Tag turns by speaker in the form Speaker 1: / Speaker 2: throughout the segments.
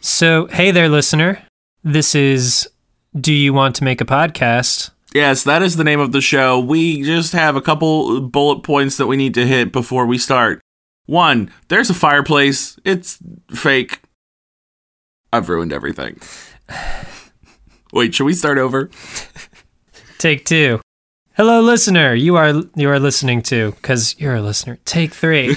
Speaker 1: So, hey there, listener. This is Do You Want to Make a Podcast?
Speaker 2: Yes, that is the name of the show. We just have a couple bullet points that we need to hit before we start. One, there's a fireplace. It's fake. I've ruined everything. Wait, should we start over?
Speaker 1: Take two. Hello, listener. You are you are listening to because you're a listener. Take three.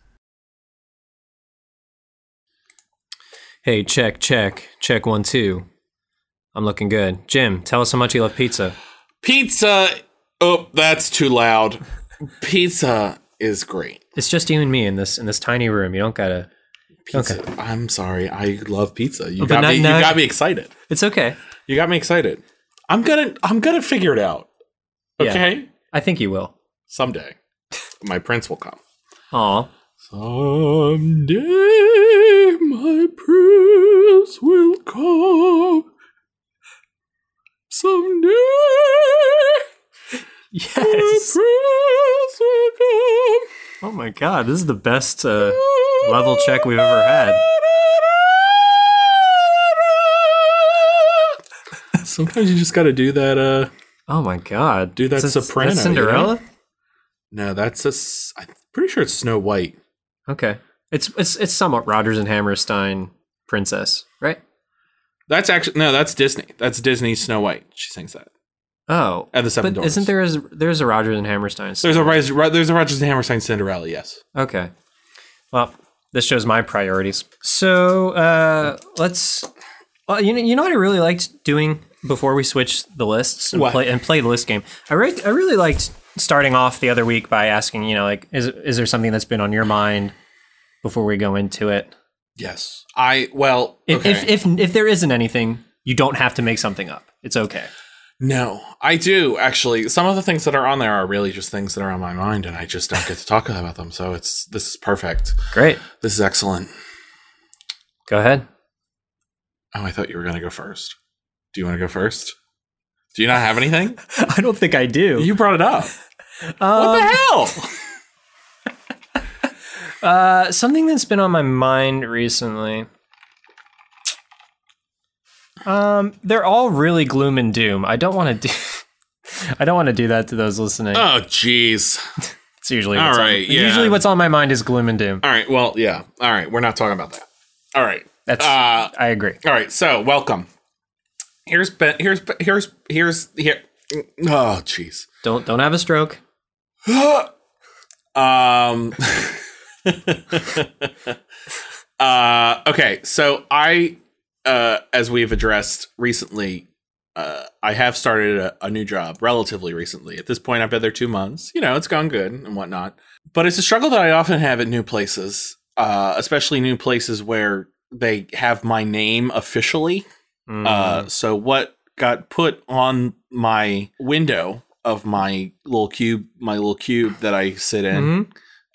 Speaker 3: Hey, check, check, check one, two. I'm looking good. Jim, tell us how much you love pizza.
Speaker 2: Pizza. Oh, that's too loud. Pizza is great.
Speaker 3: It's just you and me in this in this tiny room. You don't gotta.
Speaker 2: Pizza. I'm sorry. I love pizza. You
Speaker 3: but
Speaker 2: got
Speaker 3: not-
Speaker 2: me.
Speaker 3: not-
Speaker 2: you got me excited.
Speaker 3: It's okay.
Speaker 2: You got me excited. I'm gonna. I'm gonna figure it out.
Speaker 3: Yeah.
Speaker 2: Okay.
Speaker 3: I think you will.
Speaker 2: Someday, my prince will come.
Speaker 3: Aw,
Speaker 2: Someday, my prince will come. Someday.
Speaker 3: yes. Oh my god, this is the best uh, level check we've ever had.
Speaker 2: Sometimes you just gotta do that. Uh,
Speaker 3: Oh my god,
Speaker 2: Dude, that's
Speaker 3: Is this-
Speaker 2: Soprano, you
Speaker 3: Cinderella.
Speaker 2: no, that's a. s- I'm pretty sure it's Snow White.
Speaker 3: Okay, it's it's it's somewhat Rogers and Hammerstein princess, right?
Speaker 2: That's actually no, that's Disney. That's Disney Snow White. She sings that.
Speaker 3: Oh,
Speaker 2: And the Seven
Speaker 3: but
Speaker 2: Dwarfs.
Speaker 3: isn't there is there's a Rogers and Hammerstein?
Speaker 2: There's a Rise- Ri- there's a Rogers and Hammerstein Cinderella. Yes.
Speaker 3: Okay. Well, this shows my priorities. So uh, let's. Well, you know, you know what I really liked doing before we switched the lists and
Speaker 2: What?
Speaker 3: play and play the list game. I really, I really liked starting off the other week by asking, you know, like, is is there something that's been on your mind before we go into it?
Speaker 2: Yes. I well.
Speaker 3: If
Speaker 2: okay.
Speaker 3: if, if if there isn't anything, you don't have to make something up. It's okay.
Speaker 2: No, I do actually. Some of the things that are on there are really just things that are on my mind, and I just don't get to talk about them. So it's this is perfect.
Speaker 3: Great.
Speaker 2: This is excellent.
Speaker 3: Go ahead.
Speaker 2: Oh, I thought you were gonna go first. Do you want to go first? Do you not have anything?
Speaker 3: I don't think I do.
Speaker 2: You brought it up. what the hell?
Speaker 3: Uh, something that's been on my mind recently. Um, they're all really gloom and doom. I don't want to do. I don't want to do that to those listening.
Speaker 2: Oh, jeez.
Speaker 3: it's usually
Speaker 2: all
Speaker 3: what's on-
Speaker 2: right, yeah.
Speaker 3: Usually, what's on my mind is gloom and doom.
Speaker 2: All right. Well, yeah. All right. We're not talking about that. All right.
Speaker 3: That's.
Speaker 2: Uh,
Speaker 3: I agree.
Speaker 2: All right, so welcome. Here's Ben. Here's Ben- here's here's here. Oh, jeez.
Speaker 3: Don't don't have a stroke.
Speaker 2: Um. uh. Okay. So I, uh, as we've addressed recently, uh, I have started a, a new job relatively recently. At this point, I've been there two months. You know, it's gone good and whatnot. But it's a struggle that I often have at new places, uh, especially new places where they have my name officially.
Speaker 3: Mm.
Speaker 2: Uh, so what got put on my window of my little cube, my little cube that I sit in,
Speaker 3: Mhm.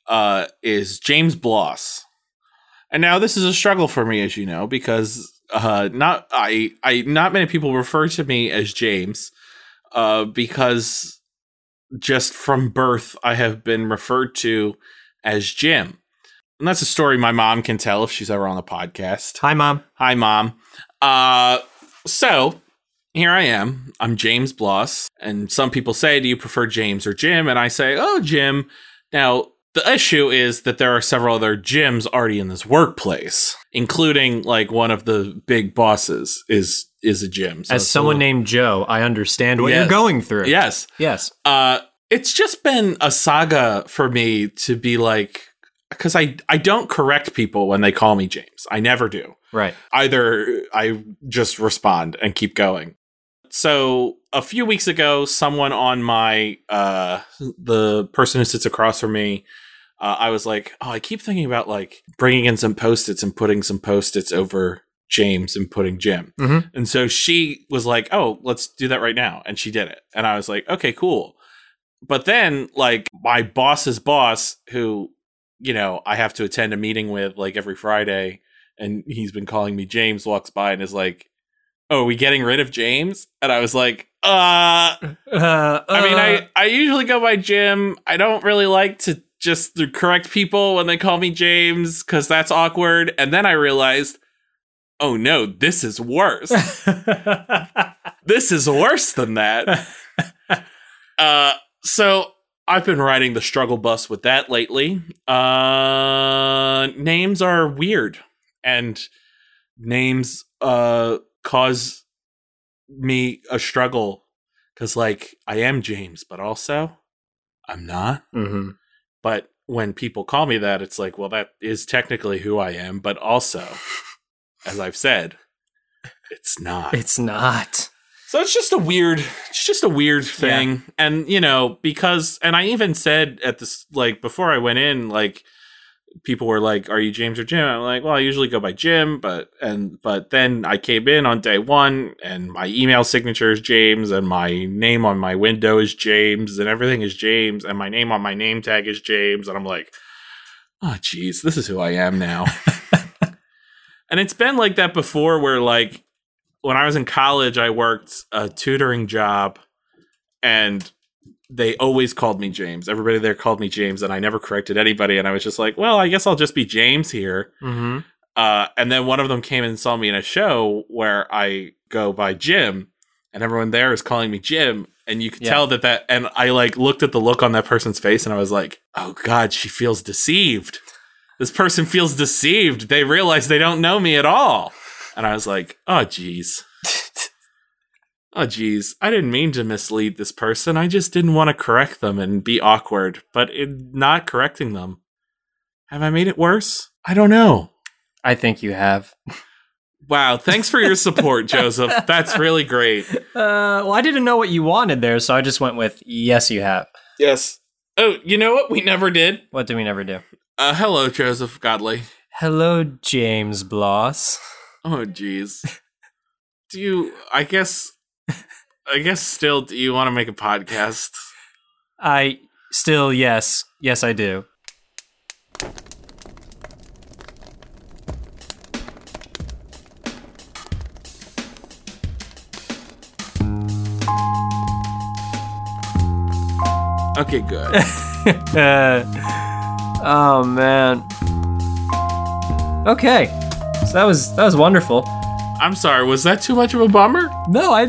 Speaker 2: uh, is James Bloss. And now this is a struggle for me, as you know, because uh, not I, I not many people refer to me as James, uh, because just from birth I have been referred to as Jim, and that's a story my mom can tell if she's ever on the podcast.
Speaker 3: Hi, mom.
Speaker 2: Hi, mom. Uh, so here I am. I'm James Bloss, and some people say, "Do you prefer James or Jim?" And I say, "Oh, Jim." Now The issue is that there are several other gyms already in this workplace, including like one of the big bosses is is a gym. So
Speaker 3: As
Speaker 2: it's a
Speaker 3: someone
Speaker 2: little-
Speaker 3: named Joe, I understand what
Speaker 2: Yes.
Speaker 3: you're going through.
Speaker 2: yes,
Speaker 3: Yes.
Speaker 2: uh, it's just been a saga for me to be like, because I I don't correct people when they call me James. I never do.
Speaker 3: Right.
Speaker 2: Either I just respond and keep going. So a few weeks ago, someone on my uh, the person who sits across from me. Uh, I was like, oh, I keep thinking about like bringing in some post its and putting some post its over James and putting Jim.
Speaker 3: Mhm.
Speaker 2: And so she was like, oh, let's do that right now. And she did it. And I was like, okay, cool. But then, like, my boss's boss, who, you know, I have to attend a meeting with like every Friday, and he's been calling me James, walks by and is like, oh, are we getting rid of James? And I was like, uh,
Speaker 1: Uh,
Speaker 2: I mean, I, I usually go by Jim. I don't really like to just correct people when they call me James because that's awkward. And then I realized, oh no, this is worse.
Speaker 3: uh.
Speaker 2: this is worse than that. uh, so I've been riding the struggle bus with that lately. Uh, names are weird, and names uh, cause me a struggle because, like, I am James, but also I'm not.
Speaker 3: hmm
Speaker 2: But when people call me that, it's like, well, that is technically who I am, but also, as I've said, it's not.
Speaker 3: It's not.
Speaker 2: So it's just a weird, it's just a weird thing, and you know because, and I even said at this like before I went in, like people were like, "Are you James or Jim?" I'm like, "Well, I usually go by Jim," but and but then I came in on day one, and my email signature is James, and my name on my window is James, and everything is James, and my name on my name tag is James, and I'm like, "Oh, jeez, this is who I am now." and it's been like that before, where like when I was in college, I worked a tutoring job, and they always called me James. Everybody there called me James, and I never corrected anybody. And I was just like, well, I guess I'll just be James here.
Speaker 3: Mm-hmm.
Speaker 2: Uh, and then one of them came and saw me in a show where I go by Jim, and everyone there is calling me Jim. And you could
Speaker 3: Yeah.
Speaker 2: tell that that, and I like looked at the look on that person's face, and I was like, oh God, she feels deceived. This person feels deceived. They realize they don't know me at all. And I was like, oh, geez. oh, geez. I didn't mean to mislead this person. I just didn't want to correct them and be awkward. But in not correcting them, have I made it worse? I don't know.
Speaker 3: I think you have.
Speaker 2: Wow, thanks for your support, Joseph. That's really great.
Speaker 3: Uh, well, I didn't know what you wanted there, so I just went with yes, you have.
Speaker 2: Yes. Oh, you know what we never did?
Speaker 3: What do we never do?
Speaker 2: Uh hello, Joseph Godley.
Speaker 3: Hello, James Bloss.
Speaker 2: Oh jeez. Do you I guess I guess still do you want to make a podcast?
Speaker 3: I still yes, yes, I do.
Speaker 2: Okay, good.
Speaker 3: Uh, oh man. Okay, so that was that was wonderful.
Speaker 2: I'm sorry, was that too much of a bummer?
Speaker 3: No, I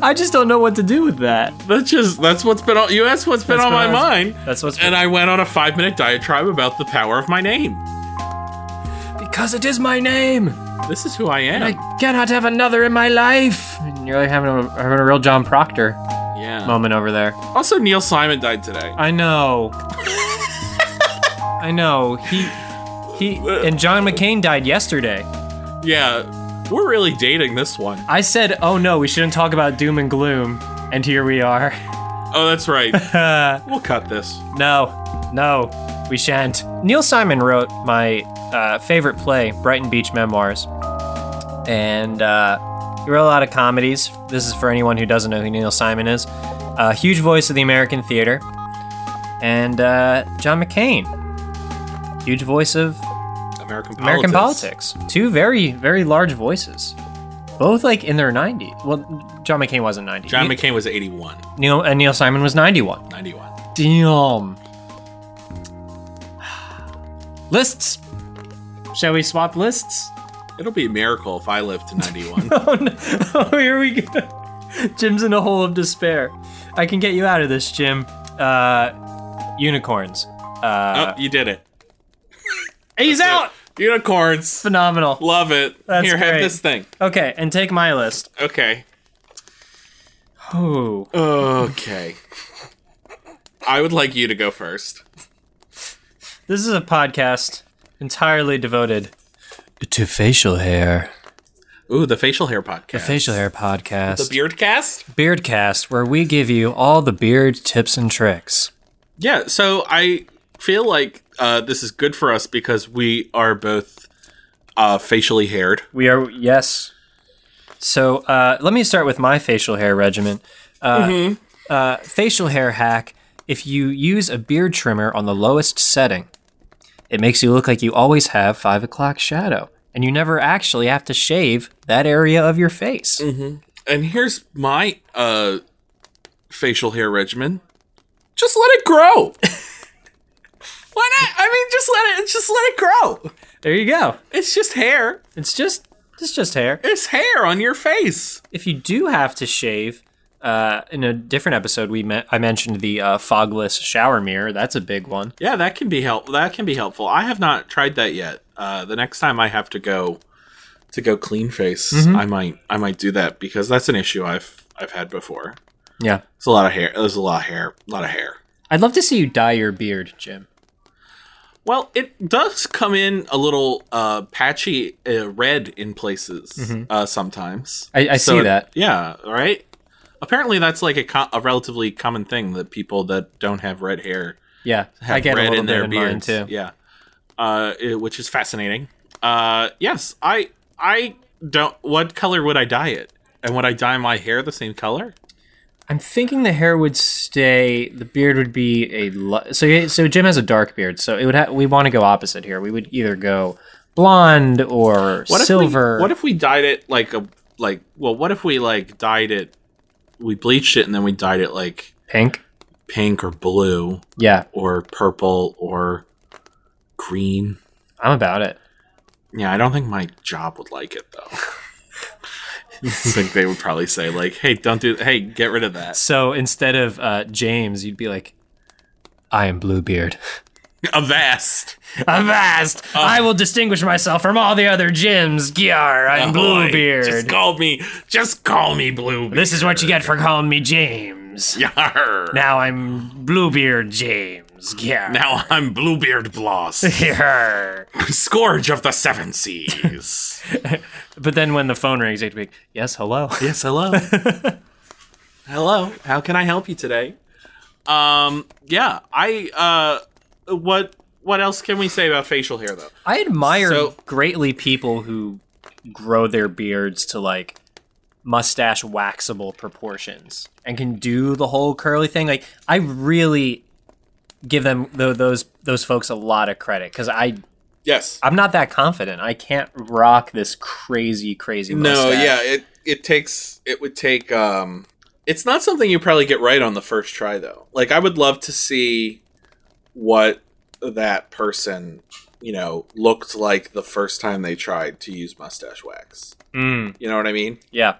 Speaker 3: I just don't know what to do with that.
Speaker 2: That's just that's what's been on you asked what's been
Speaker 3: That's
Speaker 2: on
Speaker 3: what
Speaker 2: my
Speaker 3: I was-
Speaker 2: mind.
Speaker 3: That's what's
Speaker 2: And I went on a five minute diatribe about the power of my name.
Speaker 3: because it is my name.
Speaker 2: This is who I am.
Speaker 3: I cannot have another in my life. And you're like having a, having a real John Proctor
Speaker 2: yeah.
Speaker 3: moment over there.
Speaker 2: Also Neil Simon died today.
Speaker 3: I know. I know. He he and John McCain died yesterday.
Speaker 2: Yeah. We're really dating this one.
Speaker 3: I said, "Oh no, we shouldn't talk about doom and gloom." And here we are.
Speaker 2: Oh, that's right. we'll cut this.
Speaker 3: No. No. We shan't. Neil Simon wrote my uh, favorite play, Brighton Beach Memoirs. And uh, he wrote a lot of comedies. This is for anyone who doesn't know who Neil Simon is. Uh, huge voice of the American theater. And uh, John McCain, huge voice of
Speaker 2: American politics.
Speaker 3: American politics. Two very, very large voices. Both like in their 90s. Well, John McCain wasn't 90.
Speaker 2: John McCain was 81,
Speaker 3: Neil, and Neil Simon was 91.
Speaker 2: 91.
Speaker 3: Damn. Lists. Shall we swap lists?
Speaker 2: It'll be a miracle if I live to 91.
Speaker 3: Oh, no. oh here we go. Jim's in a hole of despair. I can get you out of this, Jim. Uh, unicorns.
Speaker 2: oh,
Speaker 3: Uh,
Speaker 2: you did it.
Speaker 3: he's out.
Speaker 2: Unicorns.
Speaker 3: Phenomenal.
Speaker 2: Love it.
Speaker 3: That's
Speaker 2: Here,
Speaker 3: great.
Speaker 2: have this thing.
Speaker 3: Okay, and take my list.
Speaker 2: Okay.
Speaker 3: Ooh.
Speaker 2: Okay. I would like you to go first.
Speaker 3: This is a podcast entirely devoted to facial hair.
Speaker 2: Ooh, the facial hair podcast.
Speaker 3: The facial hair podcast.
Speaker 2: The beard cast?
Speaker 3: Beardcast, where we give you all the beard tips and tricks.
Speaker 2: Yeah, so I feel like uh, this is good for us because we are both uh, facially haired.
Speaker 3: We are yes. So uh, let me start with my facial hair regimen. Uh, uh, facial hair hack: if you use a beard trimmer on the lowest setting, it makes you look like you always have five o'clock shadow, and you never actually have to shave that area of your face.
Speaker 2: And here's my uh, facial hair regimen. Just let it grow. Why not? I mean, just let it just let it grow.
Speaker 3: There you go.
Speaker 2: It's just hair.
Speaker 3: It's just it's just hair.
Speaker 2: It's hair on your face.
Speaker 3: if you do have to shave, uh, in a different episode, we me- I mentioned the uh, fogless shower mirror. That's a big one.
Speaker 2: Yeah, that can be help. That can be helpful. I have not tried that yet. Uh, the next time I have to go to go clean face, I might I might do that because that's an issue I've I've had before.
Speaker 3: Yeah,
Speaker 2: It's a lot of hair. There's a lot of hair. A lot of hair.
Speaker 3: I'd love to see you dye your beard, Jim.
Speaker 2: Well, it does come in a little uh, patchy uh, red in places uh, sometimes.
Speaker 3: Mm-hmm. I- I see
Speaker 2: it-
Speaker 3: that.
Speaker 2: Yeah, right. Apparently, that's like a, co- a relatively common thing that people that don't have red hair
Speaker 3: Yeah,
Speaker 2: have
Speaker 3: I get
Speaker 2: red
Speaker 3: a little
Speaker 2: in
Speaker 3: bit
Speaker 2: their
Speaker 3: in
Speaker 2: beards.
Speaker 3: mine too.
Speaker 2: Yeah, uh, it- which is fascinating. Uh, yes, I I don't. What color would I dye it? And would I dye my hair the same color?
Speaker 3: I'm thinking the hair would stay. The beard would be a li- so. yeah, So Jim has a dark beard, so it would. Ha- we want to go opposite here. We would either go blonde or
Speaker 2: What
Speaker 3: silver.
Speaker 2: If we, what if we dyed it like a like? Well, what if we like dyed it? We bleached it and then we dyed it like
Speaker 3: pink?
Speaker 2: pink or blue
Speaker 3: Yeah,
Speaker 2: or purple or green.
Speaker 3: I'm about it.
Speaker 2: Yeah, I don't think my job would like it though. I think they would probably say like, "Hey, don't do. Hey, get rid of that."
Speaker 3: So instead of uh, James, you'd be like, I am Bluebeard.
Speaker 2: Avast.
Speaker 3: Avast!
Speaker 2: Ah.
Speaker 3: I will distinguish myself from all the other gyms. Gyar, I'm Bluebeard.
Speaker 2: Ah, Just call me. Just call me Bluebeard.
Speaker 3: this is what you get for calling me James.
Speaker 2: Yarr.
Speaker 3: Now I'm Bluebeard James. Gyar.
Speaker 2: Now I'm Bluebeard Bloss,
Speaker 3: Gyar.
Speaker 2: scourge of the seven seas.
Speaker 3: But then when the phone rings, you'd be like, yes, hello.
Speaker 2: Yes, hello. hello. How can I help you today? Um, yeah, I uh what what else can we say about facial hair though?
Speaker 3: I admire
Speaker 2: So-
Speaker 3: greatly people who grow their beards to like mustache waxable proportions and can do the whole curly thing. Like I really give them tho- those those folks a lot of credit because I
Speaker 2: Yes.
Speaker 3: I'm not that confident. I can't rock this crazy crazy.
Speaker 2: No,
Speaker 3: mustache.
Speaker 2: yeah, it it takes it would take um it's not something you probably get right on the first try though. Like I would love to see what that person, you know, looked like the first time they tried to use mustache wax.
Speaker 3: Mm,
Speaker 2: You know what I mean?
Speaker 3: yeah.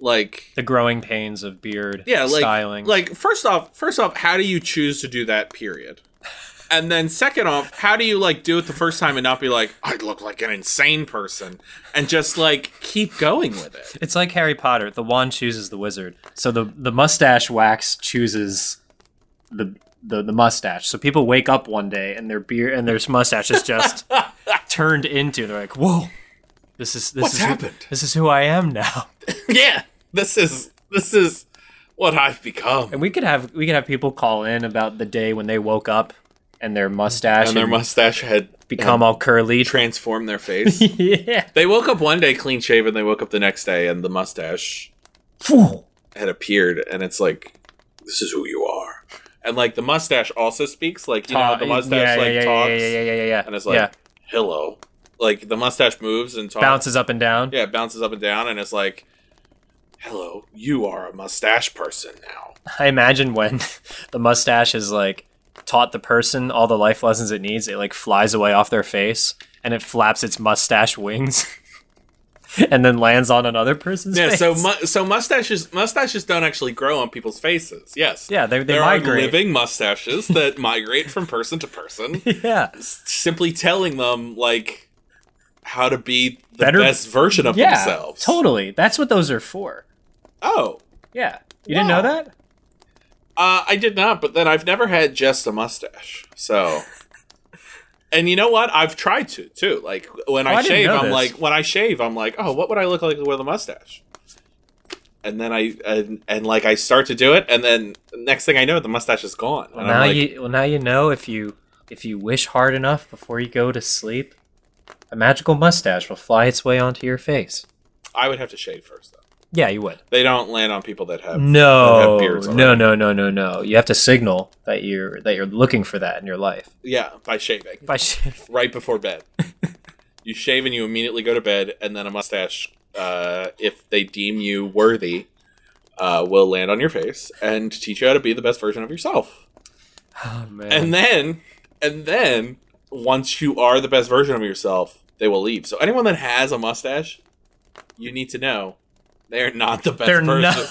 Speaker 2: Like
Speaker 3: The growing pains of beard.
Speaker 2: yeah like
Speaker 3: styling.
Speaker 2: like first off first off how do you choose to do that period and then second off how do you like do it the first time and not be like i look like an insane person and just like keep going with it
Speaker 3: It's like Harry Potter. The wand chooses the wizard. So the the mustache wax chooses the the, the mustache. So people wake up one day and their beard and their mustache is just turned into. They're like, "Whoa, this is this
Speaker 2: What's
Speaker 3: is
Speaker 2: happened?"
Speaker 3: Who, this is who I am now."
Speaker 2: yeah this is this is what i've become
Speaker 3: And we could have we could have people call in about the day when they woke up and their mustache
Speaker 2: and their
Speaker 3: had
Speaker 2: mustache had
Speaker 3: become all curly.
Speaker 2: transformed their face
Speaker 3: yeah.
Speaker 2: they woke up one day clean shaven they woke up the next day and the mustache
Speaker 3: Phew.
Speaker 2: had appeared and it's like this is who you are and like the mustache also speaks like you know
Speaker 3: Ta-
Speaker 2: the
Speaker 3: Uh,
Speaker 2: mustache
Speaker 3: yeah, yeah,
Speaker 2: like
Speaker 3: yeah,
Speaker 2: talks
Speaker 3: Yeah, yeah, yeah, yeah, yeah.
Speaker 2: and it's like
Speaker 3: yeah.
Speaker 2: hello like the mustache moves and talks
Speaker 3: bounces up and down.
Speaker 2: yeah it bounces up and down and it's like hello you are a mustache person now
Speaker 3: I imagine when the mustache is like taught the person all the life lessons it needs, it like flies away off their face and it flaps its mustache wings. and then lands on another person's
Speaker 2: Yeah,
Speaker 3: face.
Speaker 2: so mu- so mustaches mustaches don't actually grow on people's faces. Yes.
Speaker 3: Yeah, they- they
Speaker 2: there
Speaker 3: migrate.
Speaker 2: are living mustaches that migrate from person to person.
Speaker 3: yeah.
Speaker 2: Simply telling them like how to be the
Speaker 3: Better-
Speaker 2: best version of
Speaker 3: Yeah.
Speaker 2: themselves.
Speaker 3: Totally. That's what those are for.
Speaker 2: Oh,
Speaker 3: Yeah. You didn't
Speaker 2: Wow.
Speaker 3: know that?
Speaker 2: uh, I did not. But then I've never had just a mustache. So, and you know what? I've tried to too. Like when
Speaker 3: Oh, I
Speaker 2: I
Speaker 3: didn't
Speaker 2: shave,
Speaker 3: know
Speaker 2: I'm
Speaker 3: this.
Speaker 2: like when I shave, I'm like, oh, what would I look like with a mustache? And then I and, and like I start to do it, and then next thing I know, the mustache is gone.
Speaker 3: Well,
Speaker 2: And
Speaker 3: now
Speaker 2: I'm like,
Speaker 3: you well now you know if you if you wish hard enough before you go to sleep, a magical mustache will fly its way onto your face.
Speaker 2: I would have to shave first, though.
Speaker 3: Yeah, you would.
Speaker 2: They don't land on people that have that
Speaker 3: No,
Speaker 2: have beards
Speaker 3: no,
Speaker 2: already.
Speaker 3: no, no, no, no. You have to signal that you're that you're looking for that in your life.
Speaker 2: Yeah, by shaving
Speaker 3: By shit.
Speaker 2: right before bed. you shave and you immediately go to bed, and then a mustache, uh, if they deem you worthy, uh, will land on your face and teach you how to be the best version of yourself.
Speaker 3: Oh man.
Speaker 2: And then, and then, once you are the best version of yourself, they will leave. So anyone that has a mustache, you need to know they're not the best
Speaker 3: they're
Speaker 2: version. version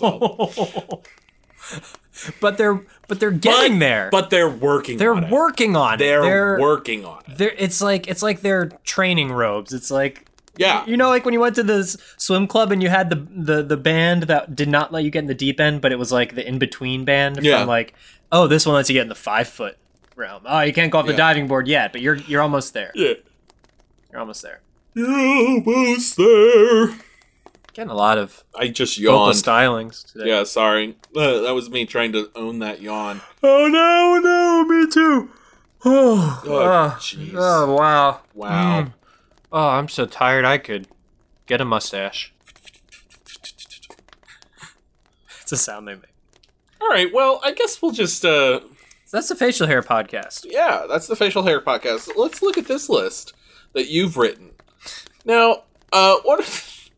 Speaker 2: themselves.
Speaker 3: no. but they're but they're getting there.
Speaker 2: But they're working.
Speaker 3: they're
Speaker 2: on it.
Speaker 3: working on
Speaker 2: They're,
Speaker 3: it. They're
Speaker 2: working on it.
Speaker 3: they're it's like it's like their training robes. It's like
Speaker 2: Yeah.
Speaker 3: You know, like when you went to this swim club and you had the the the band that did not let you get in the deep end, but it was like the in between band.
Speaker 2: Yeah.
Speaker 3: From like, oh, this one lets you get in the five foot realm. Oh, you can't go off the
Speaker 2: Yeah.
Speaker 3: diving board yet, but you're you're almost there.
Speaker 2: Yeah.
Speaker 3: You're almost there.
Speaker 2: Almost there.
Speaker 3: Getting a lot of
Speaker 2: I just
Speaker 3: vocal
Speaker 2: yawned.
Speaker 3: stylings today.
Speaker 2: Yeah, sorry. Uh, that was me trying to own that yawn.
Speaker 3: Oh no, no, me too. Oh,
Speaker 2: Oh, jeez.
Speaker 3: oh wow,
Speaker 2: Wow.
Speaker 3: Mm. Oh, I'm so tired. I could get a mustache. It's a sound they make.
Speaker 2: All right. Well, I guess we'll just uh
Speaker 3: So that's the facial hair podcast.
Speaker 2: yeah, that's the facial hair podcast. Let's look at this list that you've written. Now, uh what if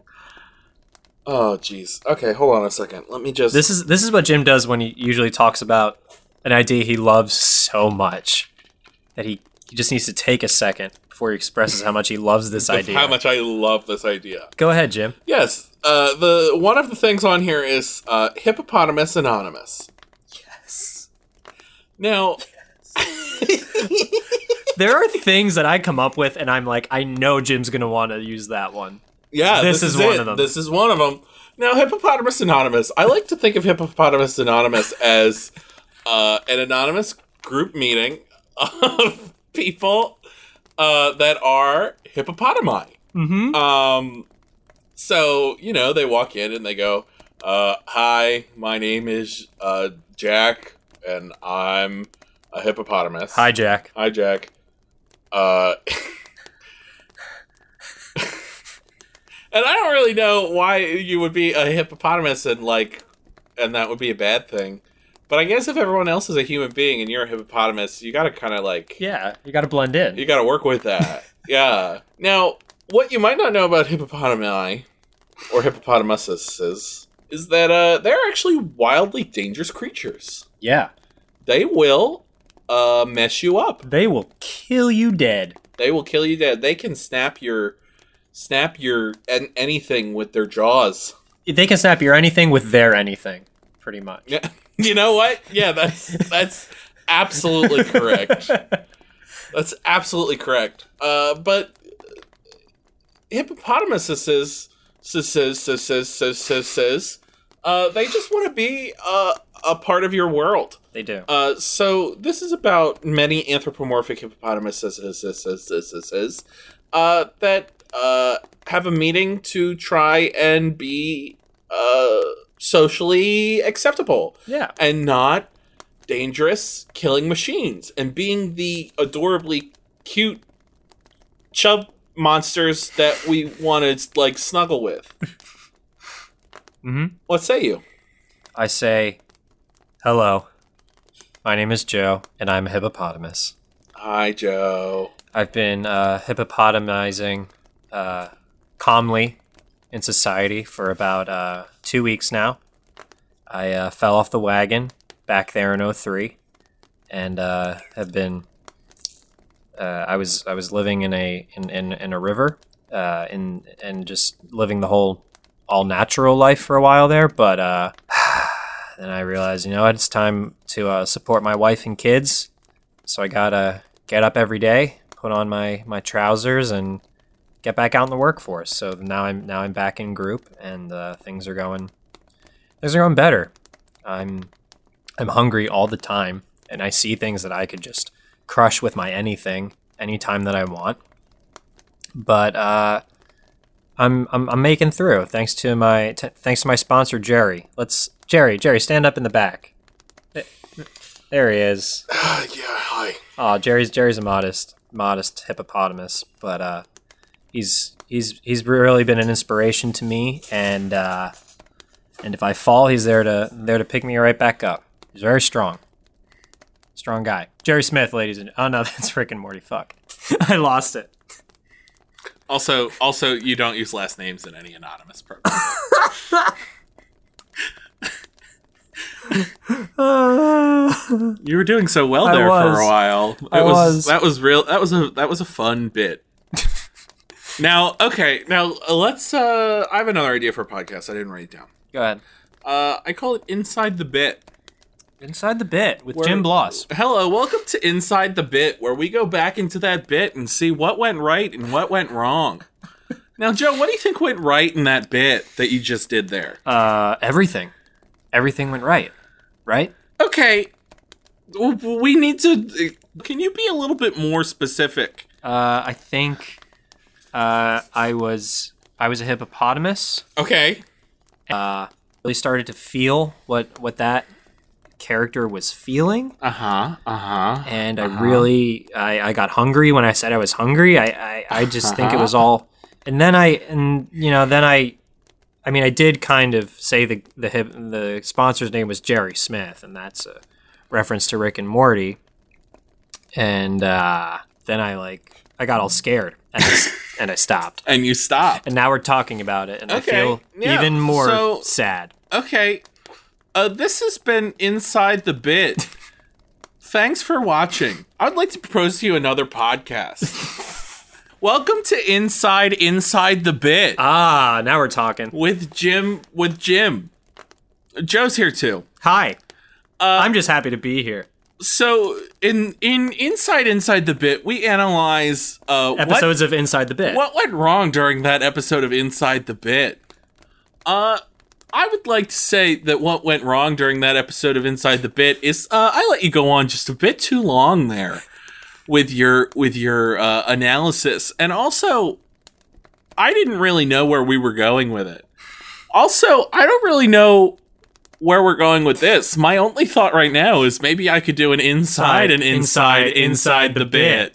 Speaker 2: Oh jeez. Okay, hold on a second. Let me just
Speaker 3: This is this is what Jim does when he usually talks about an idea he loves so much that he, he just needs to take a second before he expresses how much he loves this
Speaker 2: of
Speaker 3: idea.
Speaker 2: how much I love this idea.
Speaker 3: Go ahead, Jim.
Speaker 2: Yes. Uh the one of the things on here is uh hippopotamus anonymous.
Speaker 3: Yes.
Speaker 2: Now,
Speaker 3: There are things that I come up with and I'm like, I know Jim's gonna want to use that one.
Speaker 2: Yeah,
Speaker 3: This
Speaker 2: this,
Speaker 3: is
Speaker 2: is,
Speaker 3: one
Speaker 2: it.
Speaker 3: of them.
Speaker 2: This is one of them. Now, Hippopotamus Anonymous. I like to think of Hippopotamus Anonymous as uh, an anonymous group meeting of people uh, that are hippopotami.
Speaker 3: Mm-hmm.
Speaker 2: Um, so you know, they walk in and they go, uh, "Hi, my name is uh, Jack, and I'm a hippopotamus."
Speaker 3: Hi, Jack.
Speaker 2: Hi, Jack. Uh, and I don't really know why you would be a hippopotamus and like, and that would be a bad thing. But I guess if everyone else is a human being and you're a hippopotamus, you gotta kind of like,
Speaker 3: Yeah, you gotta blend in.
Speaker 2: you gotta work with that. yeah. Now, what you might not know about hippopotami or hippopotamuses is that uh, they're actually wildly dangerous creatures.
Speaker 3: yeah.
Speaker 2: They will uh, mess you up.
Speaker 3: They will kill you dead.
Speaker 2: They will kill you dead. They can snap your snap your an- anything with their jaws.
Speaker 3: They can snap your anything with their anything, pretty much.
Speaker 2: Yeah. You know what? Yeah, that's that's absolutely correct. That's absolutely correct. Uh, but hippopotamuses says says says says says says says uh, they just want to be uh, a part of your world.
Speaker 3: They do.
Speaker 2: Uh, so this is about many anthropomorphic hippopotamuses uh, that uh, have a meeting to try and be uh, socially acceptable
Speaker 3: yeah.
Speaker 2: and not dangerous killing machines and being the adorably cute chub monsters that we want to like snuggle with.
Speaker 3: Mm-hmm.
Speaker 2: What say you?
Speaker 3: I say, Hello. My name is Joe, and I'm a hippopotamus.
Speaker 2: Hi, Joe.
Speaker 3: I've been uh, hippopotamizing uh, calmly in society for about uh, two weeks now. I uh, fell off the wagon back there in 03 and uh, have been. Uh, I was I was living in a in, in, in a river uh, and and just living the whole all natural life for a while there. But uh, then I realized, you know, what, it's time to uh, support my wife and kids. So I gotta get up every day, put on my my trousers, and get back out in the workforce. So now I'm now I'm back in group, and uh, things are going things are going better. I'm I'm hungry all the time, and I see things that I could just crush with my anything anytime that I want. But uh, I'm, I'm I'm making through thanks to my t- thanks to my sponsor Jerry. Let's Jerry Jerry stand up in the back. Eh, There he is.
Speaker 2: yeah, hi.
Speaker 3: Oh, Jerry's Jerry's a modest modest hippopotamus, but uh, he's he's he's really been an inspiration to me, and uh, and if I fall, he's there to there to pick me right back up. He's very strong, strong guy. Jerry Smith, ladies and oh no, that's Rick and Morty. Fuck, I lost it.
Speaker 2: Also, also, you don't use last names in any anonymous program. you were doing so well
Speaker 3: I
Speaker 2: there for
Speaker 3: was.
Speaker 2: a while. It
Speaker 3: I was.
Speaker 2: that was real. That was a that was a fun bit. now, okay, now uh, let's. uh I have another idea for a podcast. I didn't write it down.
Speaker 3: Go ahead.
Speaker 2: Uh, I call it Inside the Bit.
Speaker 3: Inside the bit with
Speaker 2: Where-
Speaker 3: Jim Bloss.
Speaker 2: Hello, welcome to Inside the Bit, where we go back into that bit and see what went right and what went wrong. Now, Joe, what do you think went right in that bit that you just did there?
Speaker 3: Uh, everything, everything went right, right?
Speaker 2: Okay, w- we need to. Can you be a little bit more specific?
Speaker 3: Uh, I think uh, I was I was a hippopotamus.
Speaker 2: Okay.
Speaker 3: Uh, really started to feel what what that character was feeling,
Speaker 2: Uh huh. Uh huh.
Speaker 3: and I really I, I got hungry when I said I was hungry. I I, I just think it was all, and then I and you know then I. I mean, I did kind of say the the hip, the sponsor's name was Jerry Smith, and that's a reference to Rick and Morty. And uh, then I like I got all scared and I, s- and I stopped
Speaker 2: And you stop.
Speaker 3: and now we're talking about it, and
Speaker 2: Okay,
Speaker 3: I feel
Speaker 2: yeah,
Speaker 3: even more
Speaker 2: so-
Speaker 3: sad.
Speaker 2: Okay. Uh, this has been Inside the Bit. Thanks for watching. I'd like to propose to you another podcast. Welcome to Inside Inside the Bit
Speaker 3: Ah, now we're talking.
Speaker 2: with Jim. With Jim. Joe's here too.
Speaker 3: Hi,
Speaker 2: Uh,
Speaker 3: I'm just happy to be here.
Speaker 2: So in in Inside Inside the Bit, we analyze uh, what
Speaker 3: Episodes of Inside the Bit.
Speaker 2: What went wrong during that episode of Inside the Bit? Uh, I would like to say that what went wrong during that episode of Inside the Bit is uh, I let you go on just a bit too long there with your with your uh, analysis, and also I didn't really know where we were going with it. Also, I don't really know where we're going with this. My only thought right now is maybe I could do an inside and inside inside, the, bit.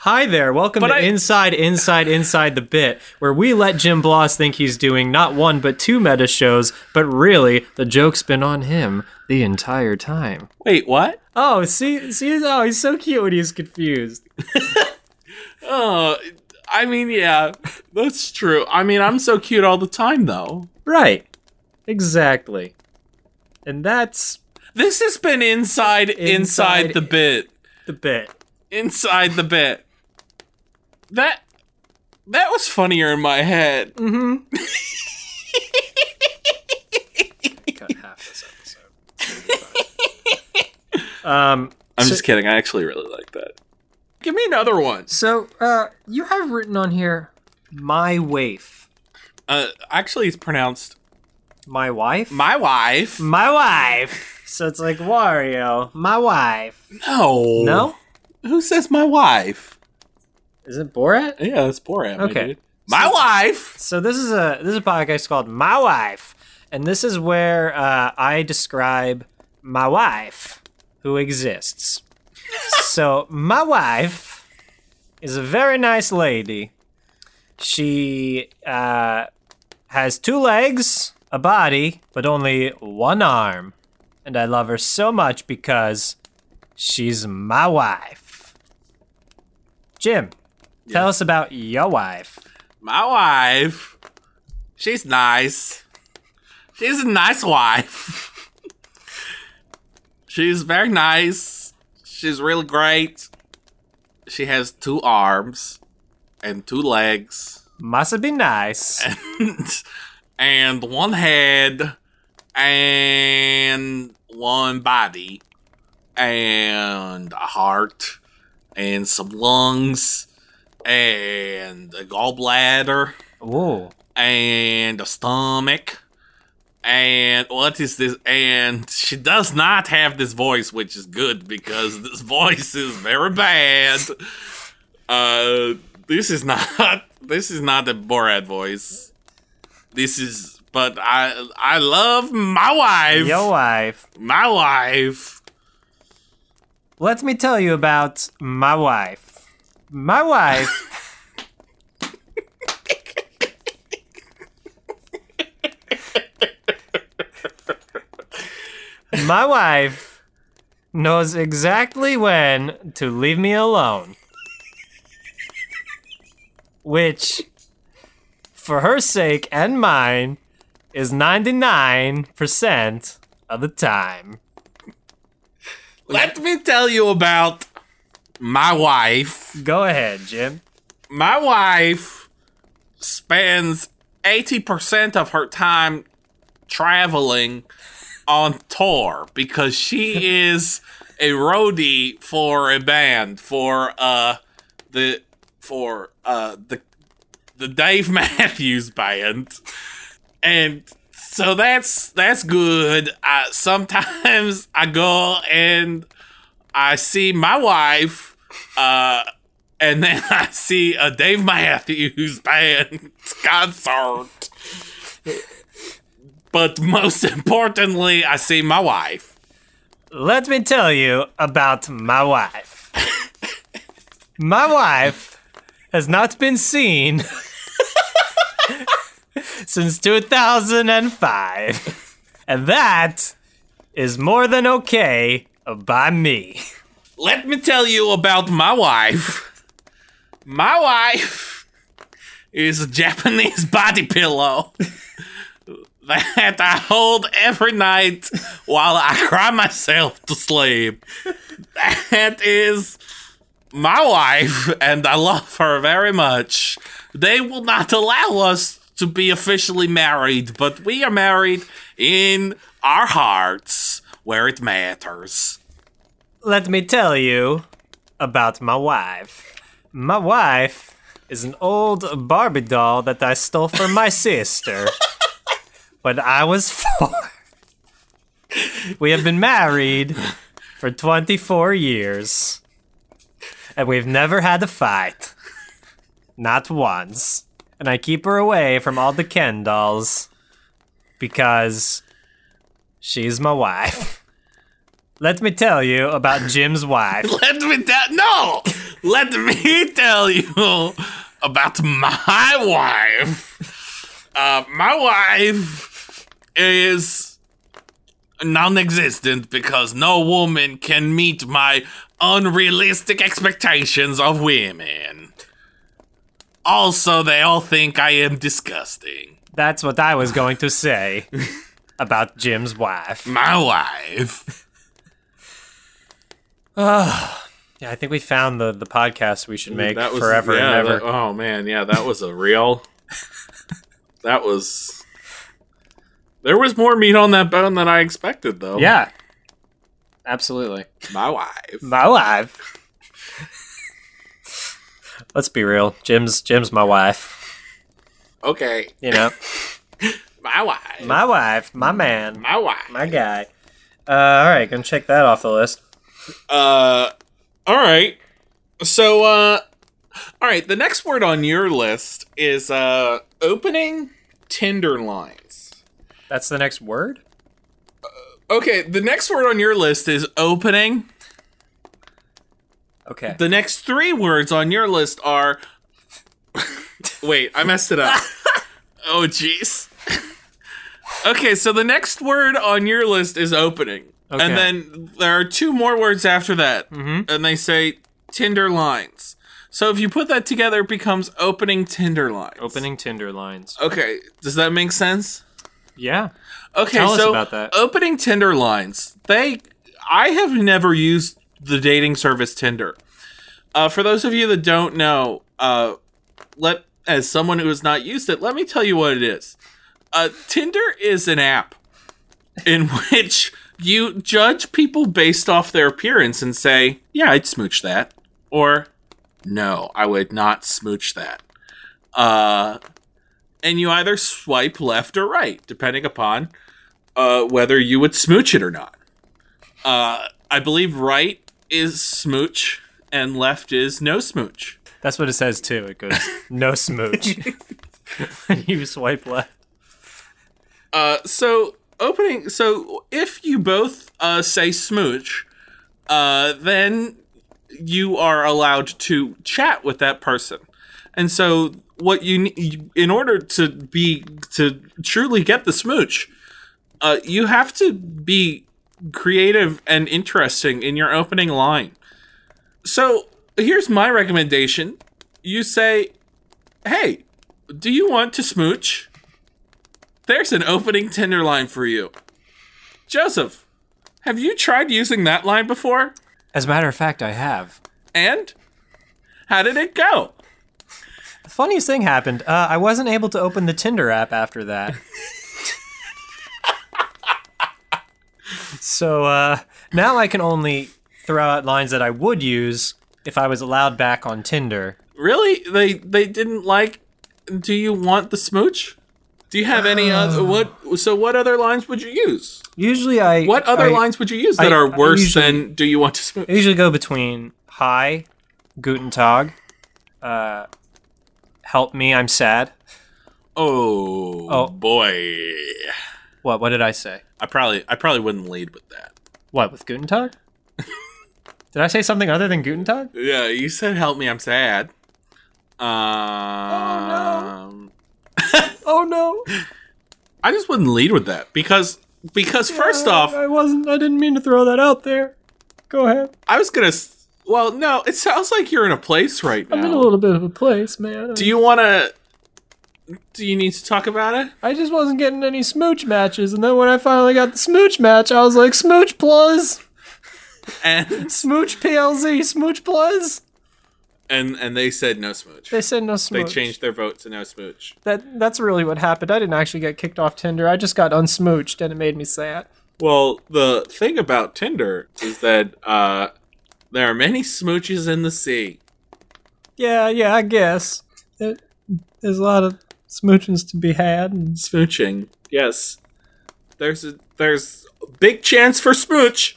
Speaker 3: Hi there, welcome to
Speaker 2: I-
Speaker 3: Inside Inside Inside the Bit, where we let Jim Bloss think he's doing not one but two meta shows, but really the joke's been on him the entire time.
Speaker 2: Wait, what?
Speaker 3: Oh, see, see, oh, he's so cute when he's confused.
Speaker 2: Oh, I mean, yeah, that's true. I mean, I'm so cute all the time, though.
Speaker 3: Right, exactly, and that's
Speaker 2: This has been inside, inside,
Speaker 3: Inside-
Speaker 2: the bit,
Speaker 3: the bit.
Speaker 2: inside the bit. That that was funnier in my head.
Speaker 3: cut half this episode. um.
Speaker 2: I'm just kidding. I actually really like that. Give me another one.
Speaker 3: So, uh, you have written on here, my waif,
Speaker 2: Uh, actually, it's pronounced
Speaker 3: my wife,
Speaker 2: my wife.
Speaker 3: my wife. So it's like Wario, my wife.
Speaker 2: No,
Speaker 3: No,
Speaker 2: Who says my wife?
Speaker 3: is it Borat?
Speaker 2: Yeah, that's poor Aunt, my
Speaker 3: Okay.
Speaker 2: dude. My wife.
Speaker 3: So this is a this is a podcast called My Wife, and this is where uh, I describe my wife who exists. so my wife is a very nice lady. She uh, has two legs, a body, but only one arm, and I love her so much because she's my wife. Jim, tell us about your wife.
Speaker 2: my wife. She's nice. She's a nice wife. She's very nice. She's really great. She has two arms and two legs
Speaker 3: Must be nice.
Speaker 2: and one head and one body and a heart and some lungs and a gallbladder
Speaker 3: Ooh.
Speaker 2: and a stomach and what is this and she does not have this voice which is good because this voice is very bad uh this is not this is not a borat voice this is but i i love my wife
Speaker 3: Yo wife.
Speaker 2: my wife
Speaker 3: Let me tell you about my wife. My wife. my wife knows exactly when to leave me alone. Which, for her sake and mine, is 99% of the time.
Speaker 2: let me tell you about my wife
Speaker 3: Go ahead, Jim.
Speaker 2: my wife spends 80% of her time traveling on tour because she is a roadie for a band for uh the for uh the the Dave Matthews band and so that's that's good uh, sometimes I go and I see my wife uh and then I see a Dave Matthews band concert. But most importantly, I see my wife.
Speaker 3: Let me tell you about my wife. my wife has not been seen since 2005. And that is more than okay by me.
Speaker 2: Let me tell you about my wife. My wife is a Japanese body pillow that I hold every night while I cry myself to sleep. That is my wife, and I love her very much. They will not allow us to be officially married, but we are married in our hearts where it matters.
Speaker 3: Let me tell you about my wife. My wife is an old Barbie doll that I stole from my sister when I was four. We have been married for 24 years, and we've never had a fight. Not once. And I keep her away from all the Ken dolls because she's my wife. Let me tell you about Jim's wife.
Speaker 2: Let me tell no. Let me tell you about my wife. Uh, my wife is non-existent because no woman can meet my unrealistic expectations of women. Also, they all think I am disgusting.
Speaker 3: That's what I was going to say about Jim's wife.
Speaker 2: My wife.
Speaker 3: Yeah, I think we found the, the podcast we should make forever and ever.
Speaker 2: oh man, yeah, that was a real. that was. There was more meat on that bone than I expected, though.
Speaker 3: yeah. Absolutely.
Speaker 2: my wife.
Speaker 3: My wife. Let's be real. Jim's Jim's my wife.
Speaker 2: Okay,
Speaker 3: You know?
Speaker 2: my wife.
Speaker 3: my wife, my man,
Speaker 2: my wife.
Speaker 3: my guy. Uh, all right, gonna check that off the list.
Speaker 2: Uh, all right. So, uh, all right. The next word on your list is uh, opening Tinder lines.
Speaker 3: That's the next word?
Speaker 2: Okay, the next word on your list is opening.
Speaker 3: Okay.
Speaker 2: The next three words on your list are. Wait, I messed it up. oh, jeez. okay, so the next word on your list is opening.
Speaker 3: Okay. Mm-hmm.
Speaker 2: And then there are two more words after that. And they say Tinder lines. So if you put that together, it becomes opening Tinder lines.
Speaker 3: Opening Tinder lines.
Speaker 2: Okay, does that make sense?
Speaker 3: Yeah.
Speaker 2: Okay,
Speaker 3: Tell us
Speaker 2: so
Speaker 3: about that.
Speaker 2: Uh, opening Tinder lines. They, I have never used the dating service Tinder. Uh, for those of you that don't know, uh, let as someone who has not used it, let me tell you what it is. Uh, Tinder is an app in which you judge people based off their appearance and say, yeah, I'd smooch that. Or, no, I would not smooch that. Uh, and you either swipe left or right, depending upon uh, whether you would smooch it or not. Uh, I believe right is smooch and left is no smooch.
Speaker 3: That's what it says too. It goes no smooch. and you swipe left.
Speaker 2: Uh, so opening. So if you both uh, say smooch, uh, then you are allowed to chat with that person. And so what you ne- in order to be to truly get the smooch, uh, you have to be creative and interesting in your opening line. So here's my recommendation: you say, "Hey, do you want to smooch?" There's an opening Tinder line for you. Joseph, have you tried using that line before?
Speaker 3: As a matter of fact, I have.
Speaker 2: And how did it go?
Speaker 3: The funniest thing happened. Uh, I wasn't able to open the Tinder app after that. so uh, now I can only throw out lines that I would use if I was allowed back on Tinder.
Speaker 2: Really? They they didn't like do you want the smooch? Do you have any
Speaker 3: Uh.
Speaker 2: other what so what other lines would you use?
Speaker 3: Usually, I
Speaker 2: What other
Speaker 3: I-
Speaker 2: lines would you use that
Speaker 3: I-
Speaker 2: are
Speaker 3: I
Speaker 2: worse
Speaker 3: usually-
Speaker 2: than do you want to
Speaker 3: I
Speaker 2: smooch?
Speaker 3: usually go between hi, guten tag, uh, help me, I'm sad.
Speaker 2: Oh,
Speaker 3: Oh.
Speaker 2: boy.
Speaker 3: What? What did I say?
Speaker 2: I probably I probably wouldn't lead with that.
Speaker 3: What with guten tag? did I say something other than guten tag?
Speaker 2: Yeah, you said help me, I'm sad. Um, oh no.
Speaker 3: Oh no!
Speaker 2: I just wouldn't lead with that because because first off,
Speaker 3: I wasn't. I didn't mean to throw that out there. Go ahead.
Speaker 2: I was gonna. s- Well, no, it sounds like you're in a place right now.
Speaker 3: bit of a place, man.
Speaker 2: Do you want to? Do you need to talk about it?
Speaker 3: I just wasn't getting any smooch matches, and then when I finally got the smooch match, I was like, smooch plus,
Speaker 2: And
Speaker 3: smooch PLZ, smooch plus.
Speaker 2: and and they said no smooch.
Speaker 3: They said no
Speaker 2: They
Speaker 3: smooch.
Speaker 2: changed their vote to no smooch.
Speaker 3: That that's really what happened. I didn't actually get kicked off Tinder. I just got unsmooched, and it made me sad.
Speaker 2: Well, the thing about Tinder is that uh, there are many smooches in the sea.
Speaker 3: Yeah, yeah, I guess. There- there's a lot of smoochings to be had, and
Speaker 2: Smooching, yes. There's a there's a big chance for smooch.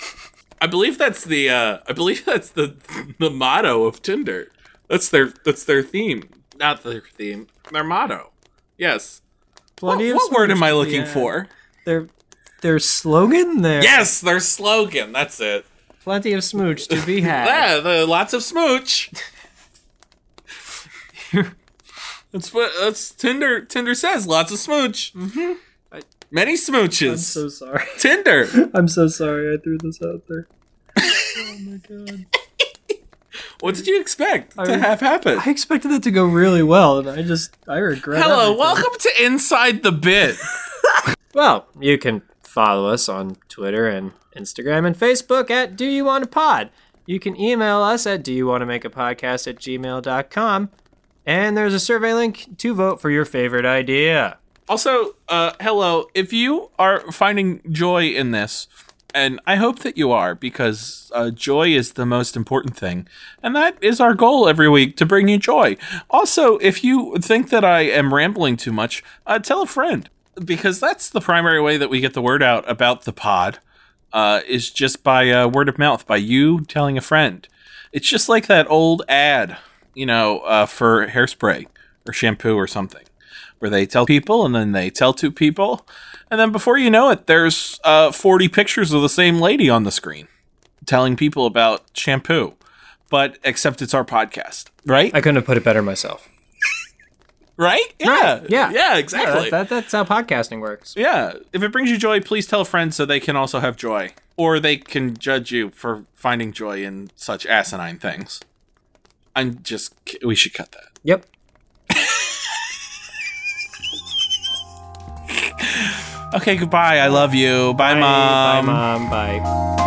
Speaker 2: I believe that's the uh, I believe that's the the motto of Tinder. That's their that's their theme, not their theme, their motto. Yes.
Speaker 3: plenty
Speaker 2: what
Speaker 3: of.
Speaker 2: what word am I
Speaker 3: smooch to be
Speaker 2: looking
Speaker 3: had.
Speaker 2: for?
Speaker 3: Their their slogan there.
Speaker 2: Yes, their slogan. That's it.
Speaker 3: Plenty of smooch to be had.
Speaker 2: Yeah, the, lots of smooch. that's what that's Tinder. Tinder says lots of smooch. Mm-hmm. Many
Speaker 3: I'm
Speaker 2: smooches.
Speaker 3: so sorry.
Speaker 2: Tinder.
Speaker 3: I'm so sorry. I threw this out there. oh my god.
Speaker 2: What did you expect
Speaker 3: I-
Speaker 2: to have happen?
Speaker 3: I expected that to go really well, and I just I regret.
Speaker 2: Hello,
Speaker 3: everything.
Speaker 2: welcome to Inside the Bit.
Speaker 3: Well, you can follow us on Twitter and Instagram and Facebook at Do You Want a Pod. You can email us at Do You Want to Make a Podcast at gmail.com. And there's a survey link to vote for your favorite idea.
Speaker 2: also, uh, hello. If you are finding joy in this, and I hope that you are, because uh, joy is the most important thing, and that is our goal every week to bring you joy. Also, if you think that I am rambling too much, uh, tell a friend, because that's the primary way that we get the word out about the pod. Uh, is just by uh, word of mouth, by you telling a friend. It's just like that old ad, you know, uh, for hairspray or shampoo or something where they tell people and then they tell two people. And then before you know it, there's uh, 40 pictures of the same lady on the screen telling people about shampoo. But except it's our podcast, right?
Speaker 3: I couldn't have put it better myself.
Speaker 2: right? Yeah.
Speaker 3: yeah.
Speaker 2: Yeah, exactly. Yeah,
Speaker 3: That, that's how podcasting works.
Speaker 2: If it brings you joy, please tell a friend so they can also have joy. Or they can judge you for finding joy in such asinine things. I'm just, ki- we should cut that.
Speaker 3: Yep.
Speaker 2: Okay, goodbye. I love you. Bye,
Speaker 3: Bye,
Speaker 2: mom.
Speaker 3: Bye, Mom. Bye.